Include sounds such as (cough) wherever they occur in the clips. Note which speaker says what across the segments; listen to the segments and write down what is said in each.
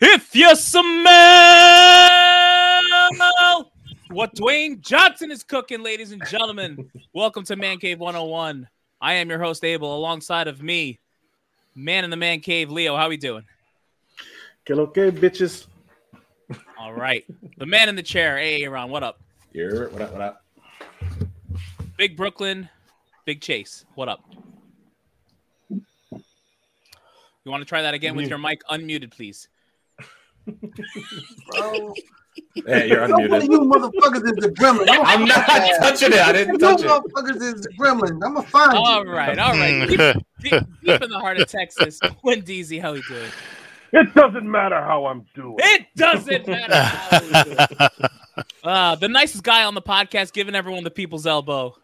Speaker 1: If you smell what Dwayne Johnson is cooking, ladies and gentlemen, welcome to Man Cave 101. I am your host, Abel, alongside of me, man in the man cave, Leo. How we doing?
Speaker 2: Get okay, bitches.
Speaker 1: All right. The man in the chair, hey, Aaron, what up?
Speaker 2: Here, what up, what up?
Speaker 1: Big Brooklyn, Big Chase, what up? You want to try that again with your mic unmuted, please?
Speaker 3: (laughs) Bro.
Speaker 4: (laughs)
Speaker 2: Hey, you're
Speaker 3: So one of
Speaker 2: unmuted.
Speaker 3: you motherfuckers is the gremlin. I'm,
Speaker 2: I'm not touching it. I
Speaker 3: you
Speaker 2: didn't touch it.
Speaker 3: motherfuckers is the gremlin. I'm gonna find you.
Speaker 1: All right, all
Speaker 5: Hmm.
Speaker 1: right.
Speaker 5: (laughs)
Speaker 1: Deep, deep, deep in the heart of Texas, Quinn DZ, how we doing?
Speaker 4: It doesn't matter how I'm doing.
Speaker 1: It doesn't matter. how we do it. Uh, the nicest guy on the podcast, giving everyone the people's elbow.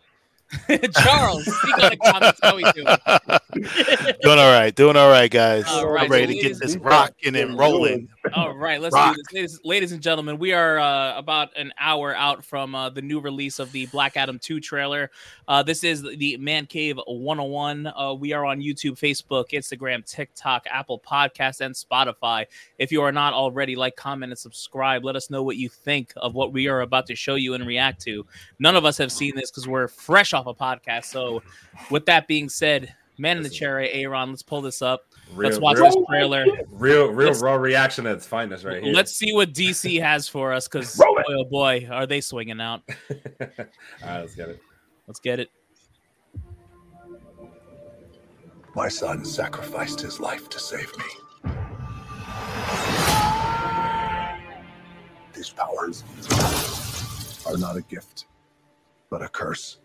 Speaker 1: (laughs) Charles, speak on the comments. How we doing?
Speaker 5: doing all right, doing all right, guys.
Speaker 1: All right,
Speaker 5: I'm ready
Speaker 1: so
Speaker 5: to get
Speaker 1: ladies
Speaker 5: this
Speaker 2: and-
Speaker 5: rocking and rolling.
Speaker 1: All right, let's
Speaker 5: Rock.
Speaker 1: do this, ladies, ladies and gentlemen. We are uh, about an hour out from uh, the new release of the Black Adam Two trailer. Uh, this is the Man Cave 101. Uh, we are on YouTube, Facebook, Instagram, TikTok, Apple Podcasts, and Spotify. If you are not already, like, comment, and subscribe. Let us know what you think of what we are about to show you and react to. None of us have seen this because we're fresh off a podcast. So, with that being said, Man in the Chair, Aaron, let's pull this up.
Speaker 2: Real,
Speaker 1: let's watch
Speaker 2: real,
Speaker 1: this trailer.
Speaker 2: real, real
Speaker 1: Let's-
Speaker 2: raw reaction at its finest right here.
Speaker 1: Let's see what DC has for us because
Speaker 4: Roll
Speaker 1: boy,
Speaker 4: it.
Speaker 1: oh boy, are they swinging out.
Speaker 2: (laughs) All right, let's get it.
Speaker 1: Let's get it.
Speaker 6: My son sacrificed his life to save me. These powers are not a gift, but a curse.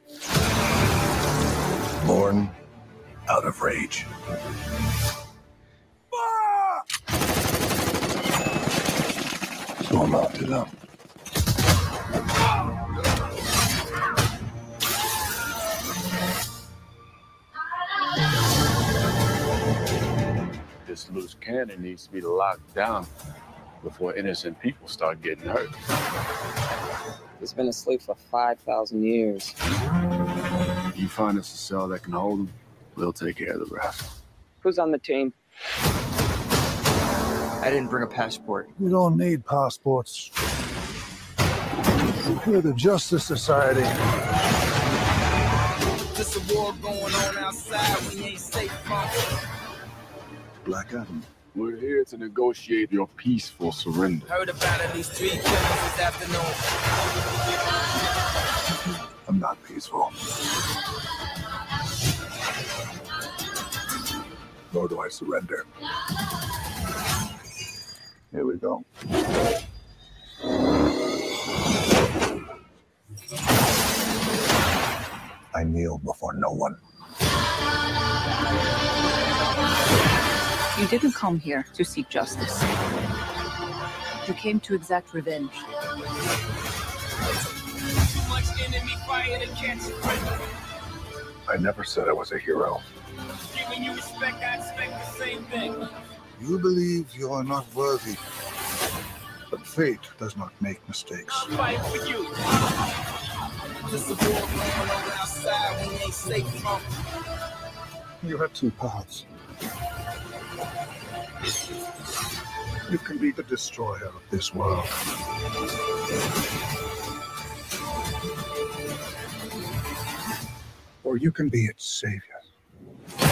Speaker 6: Born out of rage. So I'm out to them.
Speaker 7: this loose cannon needs to be locked down before innocent people start getting hurt.
Speaker 8: He's been asleep for 5,000 years.
Speaker 7: You find us a cell that can hold them, we'll take care of the rest.
Speaker 8: Who's on the team?
Speaker 9: I didn't bring a passport.
Speaker 6: You don't need passports. You're the Justice Society.
Speaker 9: Just a war going on outside. We ain't safe from.
Speaker 6: Black Adam.
Speaker 7: We're here to negotiate your peaceful surrender.
Speaker 9: Heard about at least three killings this afternoon.
Speaker 6: I'm not peaceful. Nor do I surrender. Here we go. I kneel before no one.
Speaker 10: You didn't come here to seek justice. You came to exact revenge.
Speaker 9: Too much enemy fire to catch a break.
Speaker 6: I never said I was a hero.
Speaker 9: Giving you respect, I expect the same thing.
Speaker 6: You believe you are not worthy. But fate does not make mistakes.
Speaker 9: fighting for you. Just a war going on outside. We ain't safe from.
Speaker 6: You have two paths. You can be the destroyer of this world, or you can be its savior.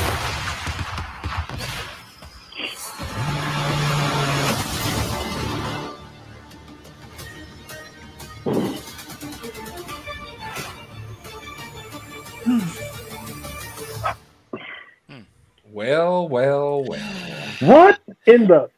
Speaker 2: Well, well, well.
Speaker 4: What in the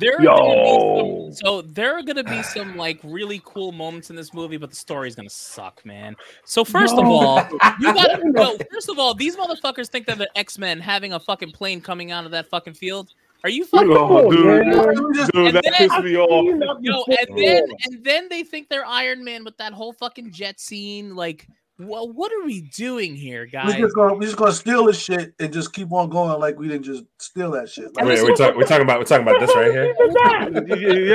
Speaker 1: There are gonna
Speaker 4: yo?
Speaker 1: be some, so there are gonna be some like really cool moments in this movie, but the story's gonna suck, man. So first of
Speaker 4: No.
Speaker 1: all,
Speaker 4: (laughs)
Speaker 1: you gotta no, first of all, these motherfuckers think they're the X-Men having a fucking plane coming out of that fucking field. Are you fucking
Speaker 4: Oh, dude,
Speaker 3: You just
Speaker 4: dude, that
Speaker 1: And then-
Speaker 4: pissed me off. (laughs)
Speaker 1: No, and then and then they think they're Iron Man with that whole fucking jet scene. Like, well, what are we doing here,
Speaker 3: We're
Speaker 1: guys?
Speaker 3: just gonna we just gonna steal this shit and just keep on going like we didn't just steal that shit. Like,
Speaker 2: Wait, we're, talk- we're talking about we're talking about this right here.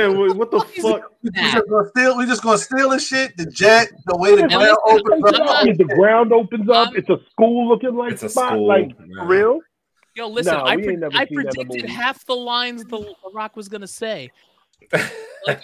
Speaker 4: yeah, yeah, what what the fuck?
Speaker 3: we
Speaker 1: that.
Speaker 3: just gonna steal we just gonna steal this shit. The jet, the way the
Speaker 1: And
Speaker 3: ground
Speaker 1: listen,
Speaker 3: opens
Speaker 1: I'm
Speaker 3: up.
Speaker 1: not-
Speaker 4: the ground opens up.
Speaker 1: Um,
Speaker 4: It's a school looking like
Speaker 2: It's a
Speaker 4: spot.
Speaker 2: school.
Speaker 4: Like
Speaker 2: yeah.
Speaker 4: for real.
Speaker 1: Yo, listen,
Speaker 4: Nah,
Speaker 1: I,
Speaker 4: we
Speaker 1: pre-
Speaker 4: ain't never
Speaker 1: I
Speaker 4: seen that in a
Speaker 1: predicted
Speaker 4: movie.
Speaker 1: half the lines the, the Rock was gonna say. Like,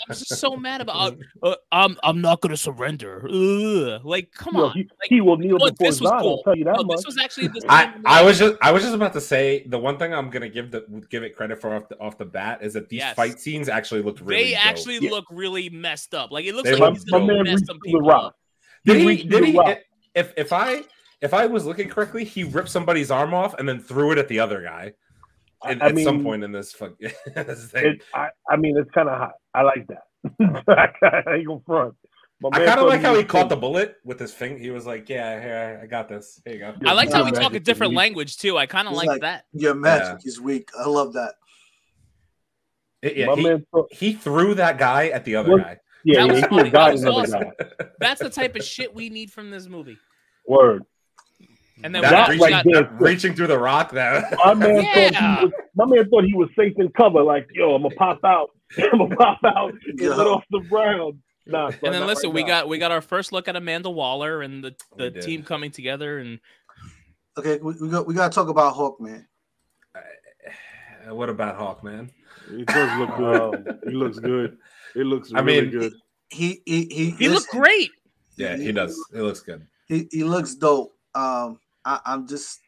Speaker 1: I'm just so mad about. Uh, I'm I'm not gonna surrender. Ugh. Like, come
Speaker 4: Yo,
Speaker 1: on.
Speaker 4: he,
Speaker 1: Like,
Speaker 4: he will kneel
Speaker 1: look,
Speaker 4: before
Speaker 1: this was
Speaker 4: God.
Speaker 1: cool.
Speaker 4: I'll tell you that
Speaker 1: no,
Speaker 4: much.
Speaker 1: this was actually the
Speaker 2: (laughs) I,
Speaker 1: same
Speaker 2: I was
Speaker 1: line.
Speaker 2: just I was just about to say the one thing I'm gonna give the give it credit for off the, off the bat is that these
Speaker 1: Yes.
Speaker 2: fight scenes actually looked really.
Speaker 1: they
Speaker 2: dope.
Speaker 1: actually
Speaker 4: Yeah.
Speaker 1: look really messed up. Like it looks
Speaker 2: They
Speaker 1: like
Speaker 2: look
Speaker 1: he's
Speaker 2: My- my
Speaker 1: gonna
Speaker 4: man
Speaker 1: mess
Speaker 4: reached
Speaker 1: some
Speaker 4: for the
Speaker 1: people
Speaker 4: rock.
Speaker 1: up.
Speaker 2: did
Speaker 4: he
Speaker 2: he
Speaker 4: reached
Speaker 2: did
Speaker 4: the
Speaker 2: he
Speaker 4: rock.
Speaker 2: if if I if I was looking correctly he ripped somebody's arm off and then threw it at the other guy
Speaker 4: I-
Speaker 2: at,
Speaker 4: I
Speaker 2: at some
Speaker 4: mean,
Speaker 2: point in this fuck (laughs) this thing.
Speaker 4: It, I, I mean, it's kind of hot. I like that. (laughs) I ain't gonna front. My
Speaker 2: I
Speaker 4: man
Speaker 2: kind of
Speaker 4: told
Speaker 2: like
Speaker 4: me
Speaker 2: how he
Speaker 4: to
Speaker 2: caught the
Speaker 4: think.
Speaker 2: bullet with his finger. He was like, "Yeah, here I got this. Here you go."
Speaker 1: I liked how we
Speaker 3: Yeah.
Speaker 1: talk a different language too. I kind of
Speaker 3: It's
Speaker 1: like
Speaker 3: like-
Speaker 1: that.
Speaker 3: Your magic is weak. I love that.
Speaker 2: It- yeah,
Speaker 4: My
Speaker 2: he,
Speaker 4: man told-
Speaker 2: he threw that guy at the other
Speaker 4: What?
Speaker 2: guy.
Speaker 4: yeah,
Speaker 1: That was
Speaker 4: yeah, he
Speaker 1: funny.
Speaker 4: was God
Speaker 1: That was
Speaker 4: in another
Speaker 1: awesome.
Speaker 4: guy.
Speaker 1: That's the type of shit we need from this movie.
Speaker 4: Word.
Speaker 1: And then
Speaker 2: That
Speaker 1: we just
Speaker 2: reached-
Speaker 4: right
Speaker 1: got,
Speaker 4: there.
Speaker 2: That (laughs) reaching through the rock. That
Speaker 4: My man, thought
Speaker 1: Yeah.
Speaker 4: he was, my man thought he was safe in cover. Like, yo, I'm gonna pop out. (laughs) I'm gonna pop out and
Speaker 3: Yo.
Speaker 4: let off the ground. Nah, son,
Speaker 1: and then
Speaker 4: not
Speaker 1: listen,
Speaker 4: right
Speaker 1: we
Speaker 4: now.
Speaker 1: got we got our first look at Amanda Waller and the,
Speaker 2: We
Speaker 1: the
Speaker 2: did.
Speaker 1: team coming together and
Speaker 3: Okay, we, we got we gotta talk about Hawkman.
Speaker 2: (laughs) what about Hawkman?
Speaker 4: It does look good. it looks good. It looks
Speaker 2: I
Speaker 4: really
Speaker 2: mean,
Speaker 4: good.
Speaker 3: He he he,
Speaker 1: he looked
Speaker 3: listen,
Speaker 1: great.
Speaker 2: Yeah, he does. It looks good.
Speaker 3: He, he looks dope. Um, I, I'm just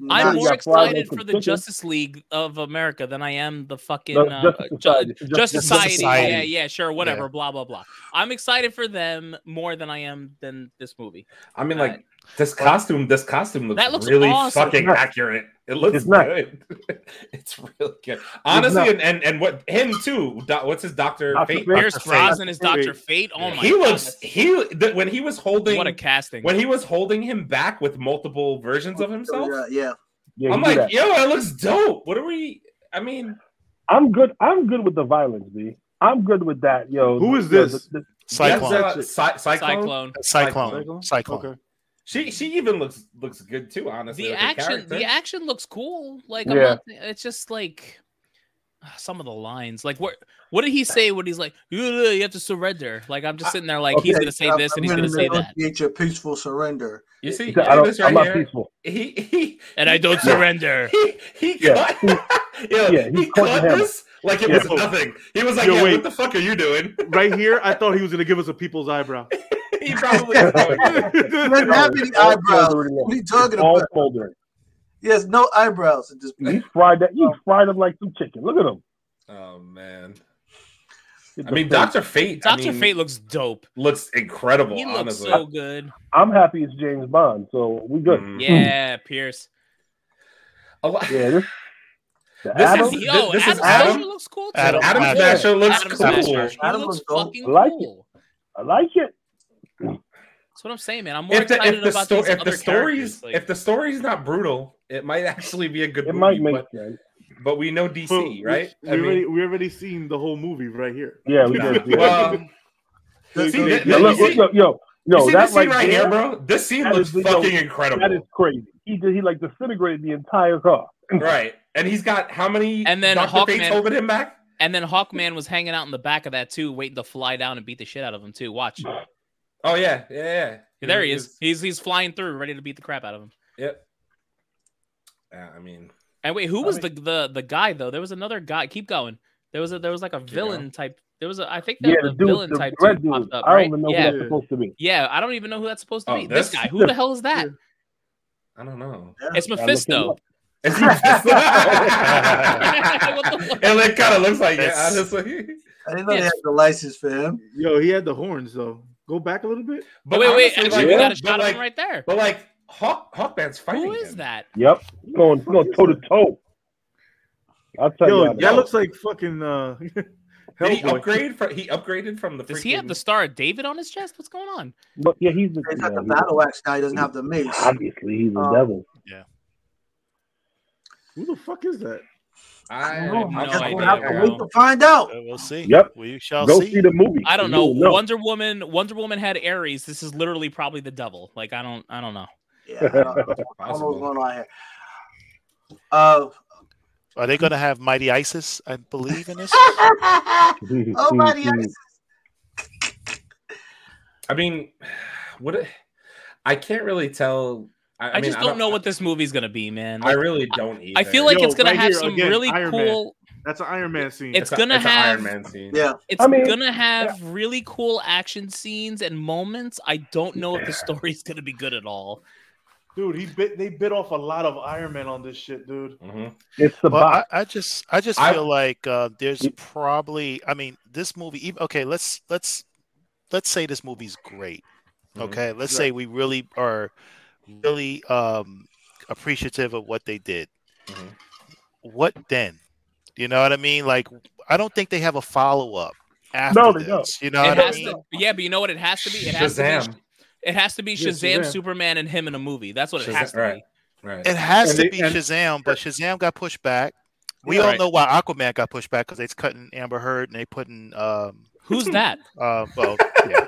Speaker 1: I'm
Speaker 4: got
Speaker 1: more
Speaker 4: fried
Speaker 1: excited
Speaker 4: eggs
Speaker 1: for
Speaker 4: and
Speaker 1: the
Speaker 4: chicken.
Speaker 1: Justice League of America than I am the fucking
Speaker 4: No,
Speaker 1: uh, Ju-
Speaker 4: Justice Society.
Speaker 1: Just
Speaker 4: Justice
Speaker 1: Society.
Speaker 5: Society.
Speaker 1: Yeah, yeah, sure, whatever, blah blah blah. I'm excited for them more than I am than this movie.
Speaker 2: I mean,
Speaker 1: Uh,
Speaker 2: like this costume. This costume looks,
Speaker 1: That looks
Speaker 2: really
Speaker 1: awesome.
Speaker 2: fucking
Speaker 4: It's not-
Speaker 2: accurate. It looks
Speaker 4: it's not.
Speaker 2: good. (laughs) it's really good. Honestly,
Speaker 4: not.
Speaker 2: and, and and what him too. doc- what's his doctor?
Speaker 4: Dr.
Speaker 2: Fate?
Speaker 4: Fate.
Speaker 1: Pierce
Speaker 5: Fate.
Speaker 1: Brosnan is
Speaker 4: Dr.
Speaker 1: Doctor Fate. Oh my
Speaker 2: he
Speaker 1: god,
Speaker 2: looks he th- when he was holding
Speaker 1: what a casting.
Speaker 2: when he was holding him back with multiple versions of himself.
Speaker 3: Yeah, yeah.
Speaker 4: Yeah,
Speaker 2: I'm
Speaker 4: you do
Speaker 2: like,
Speaker 4: that.
Speaker 2: yo, that looks dope. What are we? I mean,
Speaker 4: I'm good. I'm good with the violence, B. I'm good with that, yo.
Speaker 5: Who is
Speaker 4: Yo,
Speaker 5: this?
Speaker 4: the- the-
Speaker 5: Cyclone.
Speaker 2: that's, uh, Cy- cyclone.
Speaker 1: Cyclone.
Speaker 5: Cyclone. Cyclone.
Speaker 2: She she even looks looks good too. Honestly,
Speaker 1: The
Speaker 2: with her
Speaker 1: action,
Speaker 2: character.
Speaker 1: the action looks cool. Like, I'm
Speaker 4: Yeah.
Speaker 1: not, it's just like ah, some of the lines. Like, what what did he say when he's like, "You- you have to surrender? Like, I'm just sitting there, like, he's
Speaker 3: Okay,
Speaker 1: gonna say
Speaker 3: I'm-
Speaker 1: this
Speaker 3: I'm
Speaker 1: and he's gonna say that,
Speaker 3: negotiate Your peaceful surrender.
Speaker 2: You see,
Speaker 4: I
Speaker 2: you see
Speaker 4: don't,
Speaker 2: this
Speaker 4: I'm
Speaker 2: right
Speaker 4: not
Speaker 2: here.
Speaker 4: peaceful.
Speaker 2: He (laughs) he
Speaker 1: and I don't surrender.
Speaker 2: he he
Speaker 4: Yeah.
Speaker 2: cut. (laughs) yo,
Speaker 4: Yeah,
Speaker 2: he,
Speaker 4: he caught
Speaker 2: cut
Speaker 4: the hammer.
Speaker 2: this like it
Speaker 5: Yeah.
Speaker 2: was nothing. He was like,
Speaker 11: Yo,
Speaker 2: yeah,
Speaker 11: wait.
Speaker 2: what the fuck are you doing? (laughs)
Speaker 11: Right here, I thought he was gonna give us a people's
Speaker 4: (laughs)
Speaker 11: eyebrow.
Speaker 2: he probably. (laughs) is doing it.
Speaker 3: He doesn't have any
Speaker 4: All
Speaker 3: eyebrows.
Speaker 4: foldering
Speaker 3: (laughs)
Speaker 4: up.
Speaker 3: What are you talking
Speaker 4: All
Speaker 3: about?
Speaker 4: foldering.
Speaker 3: He has no eyebrows at this
Speaker 4: He
Speaker 2: Mm-hmm.
Speaker 3: point.
Speaker 4: fried that. He fried him like some chicken. Look at him.
Speaker 2: Oh man.
Speaker 4: Get
Speaker 2: I
Speaker 4: the
Speaker 2: mean,
Speaker 4: face.
Speaker 2: Doctor Fate. I
Speaker 1: Doctor
Speaker 2: mean,
Speaker 1: Fate looks dope.
Speaker 2: looks incredible.
Speaker 1: He looks
Speaker 2: honestly,
Speaker 1: so
Speaker 2: (laughs)
Speaker 1: good.
Speaker 4: I'm happy it's James Bond, so we good.
Speaker 2: Mm.
Speaker 1: Yeah, Pierce.
Speaker 2: A lot-
Speaker 4: Yeah, this, the
Speaker 2: This
Speaker 4: Adam,
Speaker 2: is- thi-
Speaker 1: Yo,
Speaker 2: this
Speaker 1: Adam,
Speaker 2: is
Speaker 1: Smasher
Speaker 2: Adam?
Speaker 1: looks cool. Too.
Speaker 5: Adam-
Speaker 2: Adam
Speaker 5: Adam
Speaker 2: Smasher looks
Speaker 1: Adam
Speaker 2: cool.
Speaker 1: Smasher. He
Speaker 3: Adam
Speaker 1: looks
Speaker 3: looks dope.
Speaker 1: fucking
Speaker 4: I like it.
Speaker 1: cool.
Speaker 4: I like it.
Speaker 1: That's what I'm saying, man. I'm more
Speaker 2: (laughs) If the,
Speaker 1: excited
Speaker 2: if the,
Speaker 1: about
Speaker 2: sto-
Speaker 1: these
Speaker 2: if
Speaker 1: other
Speaker 2: the story's
Speaker 1: characters. Like,
Speaker 2: if the story's not brutal, it might actually be a good
Speaker 4: It
Speaker 2: movie.
Speaker 4: might make
Speaker 2: but,
Speaker 4: sense.
Speaker 2: but we know DC,
Speaker 11: But we-
Speaker 2: right?
Speaker 11: We,
Speaker 2: I mean, (laughs)
Speaker 11: already we already seen the whole movie right here.
Speaker 4: Yeah, we
Speaker 2: nah.
Speaker 11: (laughs)
Speaker 4: did. do that.
Speaker 2: well,
Speaker 3: That's-
Speaker 2: see,
Speaker 4: Yo,
Speaker 2: you
Speaker 4: look,
Speaker 2: see-
Speaker 4: look, yo,
Speaker 2: you
Speaker 4: yo,
Speaker 2: see
Speaker 4: that
Speaker 2: this scene
Speaker 4: right,
Speaker 2: right
Speaker 4: there,
Speaker 2: here, bro. This scene
Speaker 4: that
Speaker 2: looks
Speaker 4: is- yo,
Speaker 2: fucking
Speaker 4: That is
Speaker 2: incredible,
Speaker 4: crazy. He did. He like disintegrated the entire car.
Speaker 2: right? And he's got how many?
Speaker 1: And then
Speaker 2: Dr. Fate's
Speaker 1: Hawkman-
Speaker 2: holding him back.
Speaker 1: and then Hawkman was hanging out in the back of that too, waiting to fly down and beat the shit out of him too. Watch,
Speaker 2: Oh yeah, yeah, yeah.
Speaker 1: there he is. He's he's flying through, ready to beat the crap out of him.
Speaker 2: Yep. Yeah, I mean,
Speaker 1: And wait, who
Speaker 2: I
Speaker 1: was
Speaker 2: mean-
Speaker 1: the, the the guy though? There was another guy. Keep going. There was a there was like a villain type. There was a I think there
Speaker 4: Yeah,
Speaker 1: was
Speaker 4: the
Speaker 1: a
Speaker 4: dude,
Speaker 1: villain
Speaker 4: the
Speaker 1: type
Speaker 4: red
Speaker 1: dude
Speaker 4: dude.
Speaker 1: popped up,
Speaker 4: I don't
Speaker 1: right?
Speaker 4: even know
Speaker 1: yeah.
Speaker 4: who that's supposed to be.
Speaker 1: yeah, I don't even know who that's supposed to
Speaker 2: Oh,
Speaker 1: be. This,
Speaker 2: this?
Speaker 1: guy. Who the hell is that?
Speaker 2: I don't know.
Speaker 1: It's
Speaker 4: him
Speaker 1: Mephisto.
Speaker 4: up.
Speaker 2: It's just-
Speaker 1: (laughs)
Speaker 2: and it kind of looks like it,
Speaker 5: That's-
Speaker 2: honestly.
Speaker 3: I didn't know
Speaker 1: Yeah.
Speaker 3: they had the license for him.
Speaker 11: Yo, he had the horns though. Go back a little bit.
Speaker 1: But wait, wait,
Speaker 2: honestly,
Speaker 1: actually,
Speaker 2: like-
Speaker 1: we got a
Speaker 2: but
Speaker 1: shot of
Speaker 2: like,
Speaker 1: him right there.
Speaker 2: But like, Hawk Hawkman's fighting.
Speaker 1: Who is
Speaker 2: him.
Speaker 1: that?
Speaker 4: Yep, he's going, he's going toe to toe. I'll tell
Speaker 11: Yo,
Speaker 4: you.
Speaker 11: that looks like fucking uh (laughs)
Speaker 2: Did he
Speaker 11: Hellboy.
Speaker 2: upgrade from? He upgraded from the.
Speaker 1: Does he have
Speaker 2: freaking-
Speaker 1: the Star of David on his chest? What's going on?
Speaker 4: But yeah, he's the,
Speaker 3: He's got the
Speaker 4: yeah, he's-
Speaker 3: battle axe now. He doesn't have the mace.
Speaker 4: Obviously, he's the
Speaker 3: Um,
Speaker 4: devil. (laughs)
Speaker 11: Who the fuck is that?
Speaker 2: I
Speaker 3: I
Speaker 2: have
Speaker 3: don't
Speaker 1: no
Speaker 3: know. I guess we'll
Speaker 1: idea,
Speaker 3: have to
Speaker 1: bro.
Speaker 3: wait to find out.
Speaker 5: Uh, We'll see.
Speaker 4: Yep.
Speaker 5: We shall
Speaker 4: Go
Speaker 5: see.
Speaker 4: see the movie.
Speaker 1: I don't know.
Speaker 4: You'll know.
Speaker 1: Wonder Woman. Wonder Woman had Aries. This is literally probably the devil. Like I don't. I don't know.
Speaker 3: Yeah, I don't, I don't know what's going on here. Uh,
Speaker 1: (laughs)
Speaker 5: Are they going to have Mighty Isis? I believe
Speaker 4: (laughs)
Speaker 5: in this.
Speaker 3: oh, mighty Isis.
Speaker 2: I mean, what? it- I can't really tell.
Speaker 1: I,
Speaker 2: I mean,
Speaker 1: just
Speaker 2: I
Speaker 1: don't,
Speaker 2: don't-
Speaker 1: know what this movie's gonna be, man.
Speaker 2: I really don't
Speaker 1: I feel like
Speaker 11: Yo,
Speaker 1: it's gonna
Speaker 11: right
Speaker 1: have
Speaker 11: here,
Speaker 1: some
Speaker 11: again,
Speaker 1: really
Speaker 11: Iron Man.
Speaker 1: cool.
Speaker 11: That's an Iron Man scene.
Speaker 1: It's gonna have
Speaker 3: Yeah.
Speaker 1: It's
Speaker 11: I mean,
Speaker 1: gonna have really cool action scenes and moments. I don't know if the story's gonna be good at all.
Speaker 11: dude. He bit. They bit off a lot of Iron Man on this shit, dude.
Speaker 2: Mm-hmm.
Speaker 4: It's the
Speaker 5: Well, I,
Speaker 4: box.
Speaker 5: I just I just
Speaker 2: I-
Speaker 5: feel like uh, there's probably I mean this movie even okay let's let's let's say this movie's great
Speaker 4: Mm-hmm.
Speaker 5: okay let's say we really are really um, appreciative of what they did
Speaker 4: Mm-hmm.
Speaker 2: Mhm.
Speaker 5: what then you know what I mean like I don't think they have a follow up after
Speaker 4: No, they
Speaker 5: this
Speaker 4: don't.
Speaker 5: you know
Speaker 1: it
Speaker 5: what I
Speaker 1: has
Speaker 5: mean
Speaker 1: to, yeah, but you know what? It has to be. It has to
Speaker 2: Shazam.
Speaker 1: be. It has to be
Speaker 11: Yeah,
Speaker 1: Shazam,
Speaker 11: Shazam.
Speaker 1: Superman, and him in a movie. That's what it
Speaker 2: Shazam-
Speaker 1: has to
Speaker 2: right.
Speaker 1: be.
Speaker 2: Right.
Speaker 5: it has
Speaker 11: And
Speaker 5: to
Speaker 11: they-
Speaker 5: be
Speaker 11: and-
Speaker 5: Shazam but Shazam got pushed back we
Speaker 1: Yeah.
Speaker 5: all
Speaker 1: Right.
Speaker 5: know why Aquaman got pushed back because they cutting Amber Heard and they putting um,
Speaker 1: Who's that?
Speaker 5: uh, well
Speaker 2: (laughs)
Speaker 5: yeah.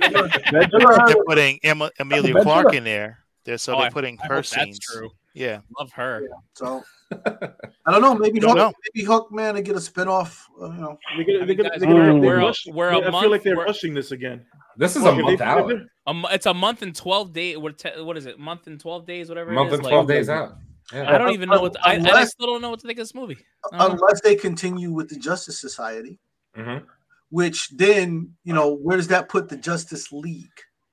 Speaker 4: That's-
Speaker 5: they're putting Emma, Amelia
Speaker 4: That's
Speaker 5: Clark
Speaker 4: right.
Speaker 5: in there. They're, so
Speaker 1: Oh,
Speaker 5: they're
Speaker 1: I-
Speaker 5: putting
Speaker 1: I
Speaker 5: her
Speaker 1: hope that's
Speaker 5: scenes.
Speaker 1: true.
Speaker 5: Yeah.
Speaker 1: Love her.
Speaker 3: So I don't know. Maybe
Speaker 5: Don't know.
Speaker 3: Hook, maybe Hookman to get a spinoff. Uh, you know,
Speaker 11: They could,
Speaker 1: I
Speaker 11: they
Speaker 1: mean,
Speaker 11: could,
Speaker 1: guys,
Speaker 11: they could,
Speaker 1: we're-
Speaker 11: they
Speaker 1: we're a-
Speaker 11: rush-
Speaker 1: we're a
Speaker 11: I
Speaker 1: month-
Speaker 11: feel like they're
Speaker 1: we're-
Speaker 11: rushing this again.
Speaker 2: (laughs) This is
Speaker 11: Look, if
Speaker 2: a
Speaker 11: they-
Speaker 2: month
Speaker 11: if
Speaker 2: out.
Speaker 11: they're-
Speaker 1: A mo- it's a month and twelve days. What, te- what is it? Month and twelve days. Whatever.
Speaker 2: month
Speaker 1: it is.
Speaker 2: and twelve
Speaker 1: like,
Speaker 2: days out.
Speaker 1: I don't even know what. I, I
Speaker 3: Unless-
Speaker 1: still don't know what to think of this movie. Uh,
Speaker 3: unless they continue with the Justice Society,
Speaker 2: Mhm.
Speaker 3: which then you know where does that put the Justice League?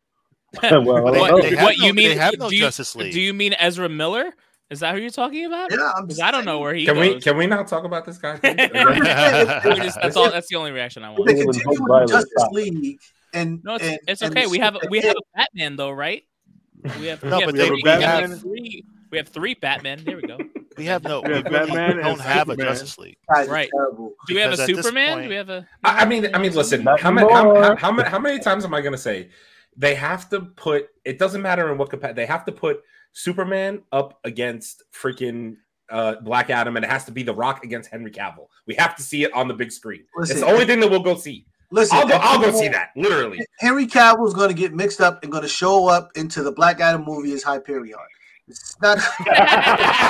Speaker 11: (laughs)
Speaker 4: (laughs) well, I
Speaker 5: They,
Speaker 4: don't
Speaker 1: What-
Speaker 4: know.
Speaker 5: they have
Speaker 1: what
Speaker 5: no,
Speaker 1: you mean-
Speaker 5: They have no
Speaker 1: do you-
Speaker 5: Justice League.
Speaker 1: Do you mean Ezra Miller? Is that who you're talking about?
Speaker 3: Yeah, I'm
Speaker 1: Because I don't know where he
Speaker 2: Can
Speaker 1: goes.
Speaker 2: we can we not talk about this guy? (laughs)
Speaker 1: We
Speaker 3: saying.
Speaker 1: We just- that's all. That's the only reaction I
Speaker 3: If
Speaker 1: want.
Speaker 3: they
Speaker 4: It was
Speaker 3: continue
Speaker 4: Hook
Speaker 3: with the
Speaker 4: Violet
Speaker 3: Justice
Speaker 4: Fox.
Speaker 3: League, and
Speaker 1: No, it's,
Speaker 3: and-
Speaker 1: it's
Speaker 3: and
Speaker 1: okay.
Speaker 3: the
Speaker 1: We have
Speaker 3: shit
Speaker 1: we
Speaker 3: they
Speaker 1: have
Speaker 3: did,
Speaker 1: a Batman though, right? We have
Speaker 5: No,
Speaker 1: we have
Speaker 5: but they-
Speaker 1: three,
Speaker 5: we
Speaker 1: we have
Speaker 5: have-
Speaker 1: three. We have three Batman. There we go.
Speaker 5: we have no.
Speaker 11: Yeah,
Speaker 5: we really
Speaker 11: Batman and
Speaker 5: don't have a
Speaker 11: Superman.
Speaker 5: Justice League.
Speaker 3: guys, it's
Speaker 1: right.
Speaker 3: terrible.
Speaker 1: Do we have a
Speaker 5: Because at this
Speaker 1: Superman?
Speaker 5: point-
Speaker 1: Do we have a?
Speaker 2: I I mean, I mean, listen.
Speaker 4: Not
Speaker 2: How many, how, how,
Speaker 4: more.
Speaker 2: how, many, how many times am I going to say they have to put? It doesn't matter in what capacity they have to put Superman up against freaking uh, Black Adam, and it has to be The Rock against Henry Cavill. We have to see it on the big screen.
Speaker 3: Listen.
Speaker 2: it's the only thing that we'll go see.
Speaker 3: Listen,
Speaker 2: I'll go. I'll go see that.
Speaker 3: (laughs)
Speaker 2: Literally. (laughs)
Speaker 3: Henry Cavill's going to get mixed up and going to show up into the Black Adam movie as Hyperion. It's not, (laughs)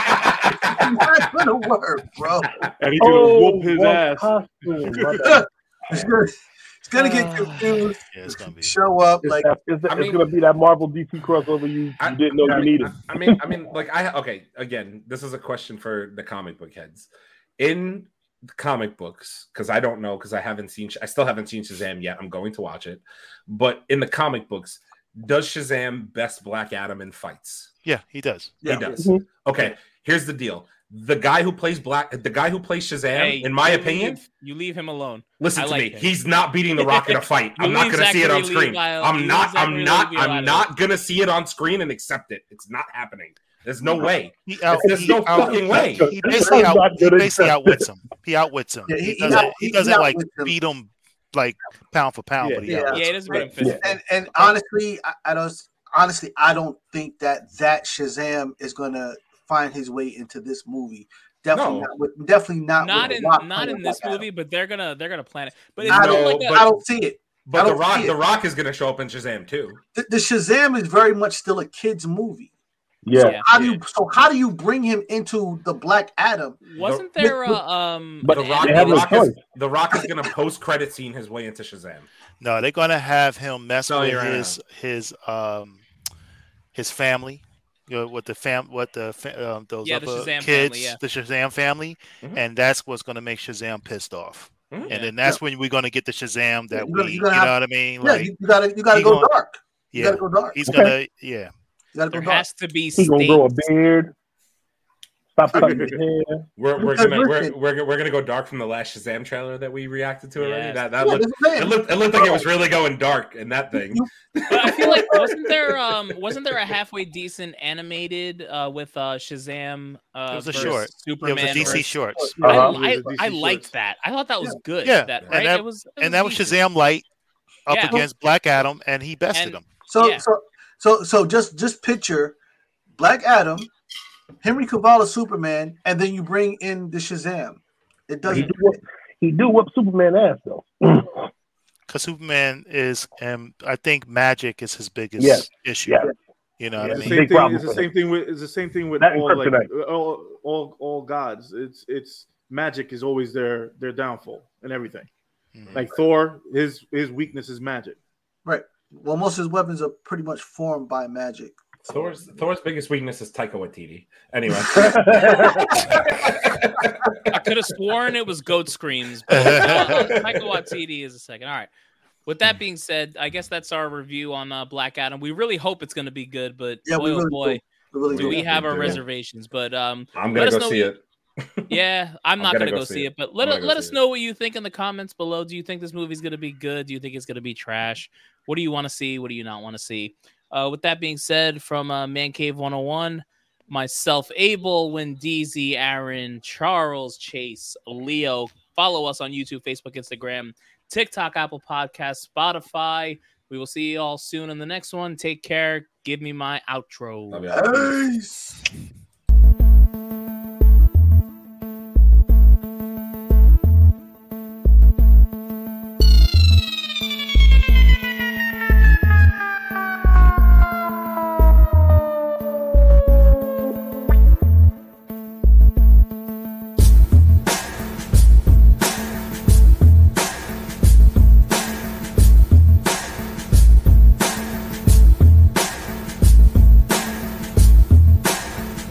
Speaker 3: not going to work, bro.
Speaker 11: And he's gonna whoop his
Speaker 4: Oh, what
Speaker 11: ass.
Speaker 4: costume, what the-
Speaker 3: It's gonna- it's going to get confused.
Speaker 5: Yeah, Uh, it's gonna be.
Speaker 3: Show up
Speaker 4: It's,
Speaker 3: like
Speaker 4: that- it's,
Speaker 2: I
Speaker 4: it's
Speaker 2: mean-
Speaker 4: gonna be that Marvel DC crossover you, you
Speaker 2: I-
Speaker 4: didn't know
Speaker 2: I
Speaker 4: you
Speaker 2: mean,
Speaker 4: needed.
Speaker 2: I, I mean, I mean, like I okay. Again, this is a question for the comic book heads. In comic books, because I don't know, because I haven't seen, I still haven't seen Shazam yet. I'm going to watch it, but in the comic books, does Shazam best Black Adam in fights?
Speaker 5: Yeah, he does.
Speaker 2: He does.
Speaker 4: Mhm.
Speaker 2: Okay, here's the deal. The guy who plays Black, the guy who plays Shazam,
Speaker 1: Hey,
Speaker 2: in my
Speaker 1: you
Speaker 2: opinion,
Speaker 1: leave- you leave him alone.
Speaker 2: Listen
Speaker 1: I
Speaker 2: to
Speaker 1: like
Speaker 2: me.
Speaker 1: him.
Speaker 2: He's not beating The Rock
Speaker 1: (laughs)
Speaker 2: in a fight.
Speaker 1: You
Speaker 2: I'm not
Speaker 1: leave
Speaker 2: going to see it on
Speaker 1: Zachary
Speaker 2: screen.
Speaker 1: Levi- you
Speaker 2: I'm
Speaker 1: leave
Speaker 2: not.
Speaker 1: Zachary
Speaker 2: I'm not.
Speaker 1: Levi out of
Speaker 2: I'm not going to see it on screen and accept it. It's not happening. There's no way.
Speaker 5: He out,
Speaker 2: There's
Speaker 5: he
Speaker 2: no
Speaker 5: out-
Speaker 2: fucking way.
Speaker 5: He basically,
Speaker 4: That's
Speaker 5: out,
Speaker 4: not
Speaker 5: he
Speaker 4: good
Speaker 5: basically
Speaker 4: enough.
Speaker 5: outwits him. He outwits him.
Speaker 3: Yeah,
Speaker 5: he,
Speaker 3: he- he
Speaker 5: doesn't.
Speaker 3: out-
Speaker 5: he
Speaker 3: he
Speaker 5: doesn't like
Speaker 3: outwits him.
Speaker 5: beat him like pound for pound,
Speaker 11: Yeah,
Speaker 5: but he
Speaker 3: yeah.
Speaker 5: outwits
Speaker 1: Yeah,
Speaker 5: him.
Speaker 1: it is what I'm
Speaker 4: Yeah.
Speaker 1: feeling.
Speaker 3: and and honestly, I, I don't honestly I don't think that that Shazam is going to find his way into this movie.
Speaker 2: No.
Speaker 3: Definitely not. With, definitely not.
Speaker 1: Not
Speaker 3: with
Speaker 1: in
Speaker 3: The Rock
Speaker 1: not
Speaker 3: playing
Speaker 1: in this
Speaker 3: Black Adam.
Speaker 1: movie, but they're gonna they're gonna plan it. But it's
Speaker 3: I
Speaker 1: not
Speaker 2: No,
Speaker 1: like
Speaker 2: but-
Speaker 1: a,
Speaker 3: I don't see it. I
Speaker 2: But The
Speaker 3: don't
Speaker 2: Rock,
Speaker 3: see it.
Speaker 2: The Rock is going to show up in Shazam too.
Speaker 3: the, the Shazam is very much still a kids movie.
Speaker 4: Yeah,
Speaker 1: Yeah.
Speaker 3: How do you so how do you bring him into the Black Adam?
Speaker 1: wasn't there a um?
Speaker 2: But
Speaker 1: an
Speaker 2: The Rock,
Speaker 4: they
Speaker 2: the
Speaker 4: have no
Speaker 2: Rock, is,
Speaker 4: choice.
Speaker 2: the Rock is going to post credit scene his way into Shazam.
Speaker 5: No, they're gonna have him mess
Speaker 2: No,
Speaker 5: with
Speaker 2: yeah.
Speaker 5: his his um his family, you know, with the fam, what the fa- um, those
Speaker 1: Yeah, the
Speaker 5: upper
Speaker 1: Shazam family,
Speaker 5: kids,
Speaker 1: yeah.
Speaker 5: the Shazam family,
Speaker 3: Mm-hmm.
Speaker 2: Mhm.
Speaker 5: and that's what's gonna make Shazam pissed off.
Speaker 2: Mhm.
Speaker 5: And then that's when we're gonna get the Shazam
Speaker 3: Yeah,
Speaker 5: that
Speaker 3: Mm-hmm. you're gonna-
Speaker 5: we, you
Speaker 3: you're
Speaker 5: know
Speaker 3: gonna have-
Speaker 5: what I mean?
Speaker 3: Yeah,
Speaker 5: Like,
Speaker 3: you, you gotta you gotta
Speaker 5: he
Speaker 3: go
Speaker 5: gonna-
Speaker 3: dark. You
Speaker 5: yeah,
Speaker 3: gotta go dark. You
Speaker 5: he's gonna, yeah,
Speaker 3: gotta go
Speaker 1: There
Speaker 3: dark.
Speaker 1: has to be
Speaker 4: he gonna grow a
Speaker 1: stakes.
Speaker 4: beard. Stop cutting his hair.
Speaker 2: We're we're
Speaker 3: Because
Speaker 2: gonna we're,
Speaker 3: listen-
Speaker 2: we're we're gonna go dark from the last Shazam trailer that we reacted to already.
Speaker 1: Yes.
Speaker 2: That
Speaker 3: Yeah,
Speaker 2: that looked,
Speaker 3: that's what I'm
Speaker 2: it
Speaker 3: saying.
Speaker 2: looked it looked like it was really going dark in that
Speaker 3: (laughs)
Speaker 2: thing.
Speaker 3: You-
Speaker 1: But I feel like wasn't there um wasn't there a halfway decent animated uh with uh Shazam uh
Speaker 5: It was a
Speaker 1: versus
Speaker 5: short. It
Speaker 1: Superman
Speaker 5: was a DC
Speaker 1: versus-
Speaker 5: shorts,
Speaker 11: Uh-huh.
Speaker 1: I, I,
Speaker 11: It was a
Speaker 1: I
Speaker 11: DC
Speaker 1: liked
Speaker 11: shorts.
Speaker 1: that. I thought that was good.
Speaker 5: Yeah.
Speaker 1: that,
Speaker 5: And
Speaker 1: right?
Speaker 5: that-
Speaker 1: it was, it
Speaker 5: and that was
Speaker 1: decent.
Speaker 5: Shazam Light up
Speaker 1: Yeah.
Speaker 5: against Black Adam, and he bested
Speaker 1: And-
Speaker 5: him.
Speaker 3: So
Speaker 1: yeah.
Speaker 3: so so so just just picture Black Adam, Henry Cavill as Superman, and then you bring in the Shazam.
Speaker 4: He
Speaker 3: It doesn't
Speaker 4: do whoop, he do whoop Superman ass though.
Speaker 5: Because Superman is, and I think magic is his biggest
Speaker 4: Yes.
Speaker 5: issue.
Speaker 4: Yes.
Speaker 5: You know what
Speaker 11: It's the
Speaker 5: I mean?
Speaker 11: same
Speaker 4: Big
Speaker 11: thing.
Speaker 4: problem
Speaker 11: It's the
Speaker 4: with
Speaker 11: same thing with. It's the same thing with
Speaker 4: That and
Speaker 11: all like
Speaker 4: kryptonite.
Speaker 11: all, all all gods. It's it's magic is always their their downfall and everything.
Speaker 5: Mhm.
Speaker 11: Like Thor, his his weakness is magic.
Speaker 3: well most of his weapons are pretty much formed by magic.
Speaker 2: Thor's Thor's biggest weakness is Taika Waititi.
Speaker 4: (laughs)
Speaker 2: Anyway,
Speaker 1: I could have sworn it was goat screams. But Michael Waititi is a second. All right. With that being said, I guess that's our review on uh, Black Adam. We really hope it's going to be good, but
Speaker 3: Yeah,
Speaker 1: boy,
Speaker 3: we
Speaker 1: oh
Speaker 3: really
Speaker 1: boy,
Speaker 3: do. We really
Speaker 1: do,
Speaker 3: do.
Speaker 1: we have
Speaker 3: We
Speaker 1: our
Speaker 3: do.
Speaker 1: reservations? But um,
Speaker 2: I'm
Speaker 1: let
Speaker 2: gonna
Speaker 1: us
Speaker 2: go
Speaker 1: know
Speaker 2: see
Speaker 1: what-
Speaker 2: it. (laughs)
Speaker 1: Yeah, I'm
Speaker 2: I'm
Speaker 1: not
Speaker 2: gonna
Speaker 1: gonna, go, see it. But let
Speaker 2: I'm gonna go
Speaker 1: let
Speaker 2: see
Speaker 1: us know what you think in the comments below. Do you think this movie's gonna be good? Do you think it's gonna be trash? What do you want to see? What do you not want to see? Uh, with that being said, from uh, Man Cave 101, myself, Abel, Wendeezy, Aaron, Charles, Chase, Leo. Follow us on YouTube, Facebook, Instagram, TikTok, Apple Podcasts, Spotify. We will see you all soon in the next one. Take care. Give me my outro.
Speaker 2: Love y'all.
Speaker 3: Peace.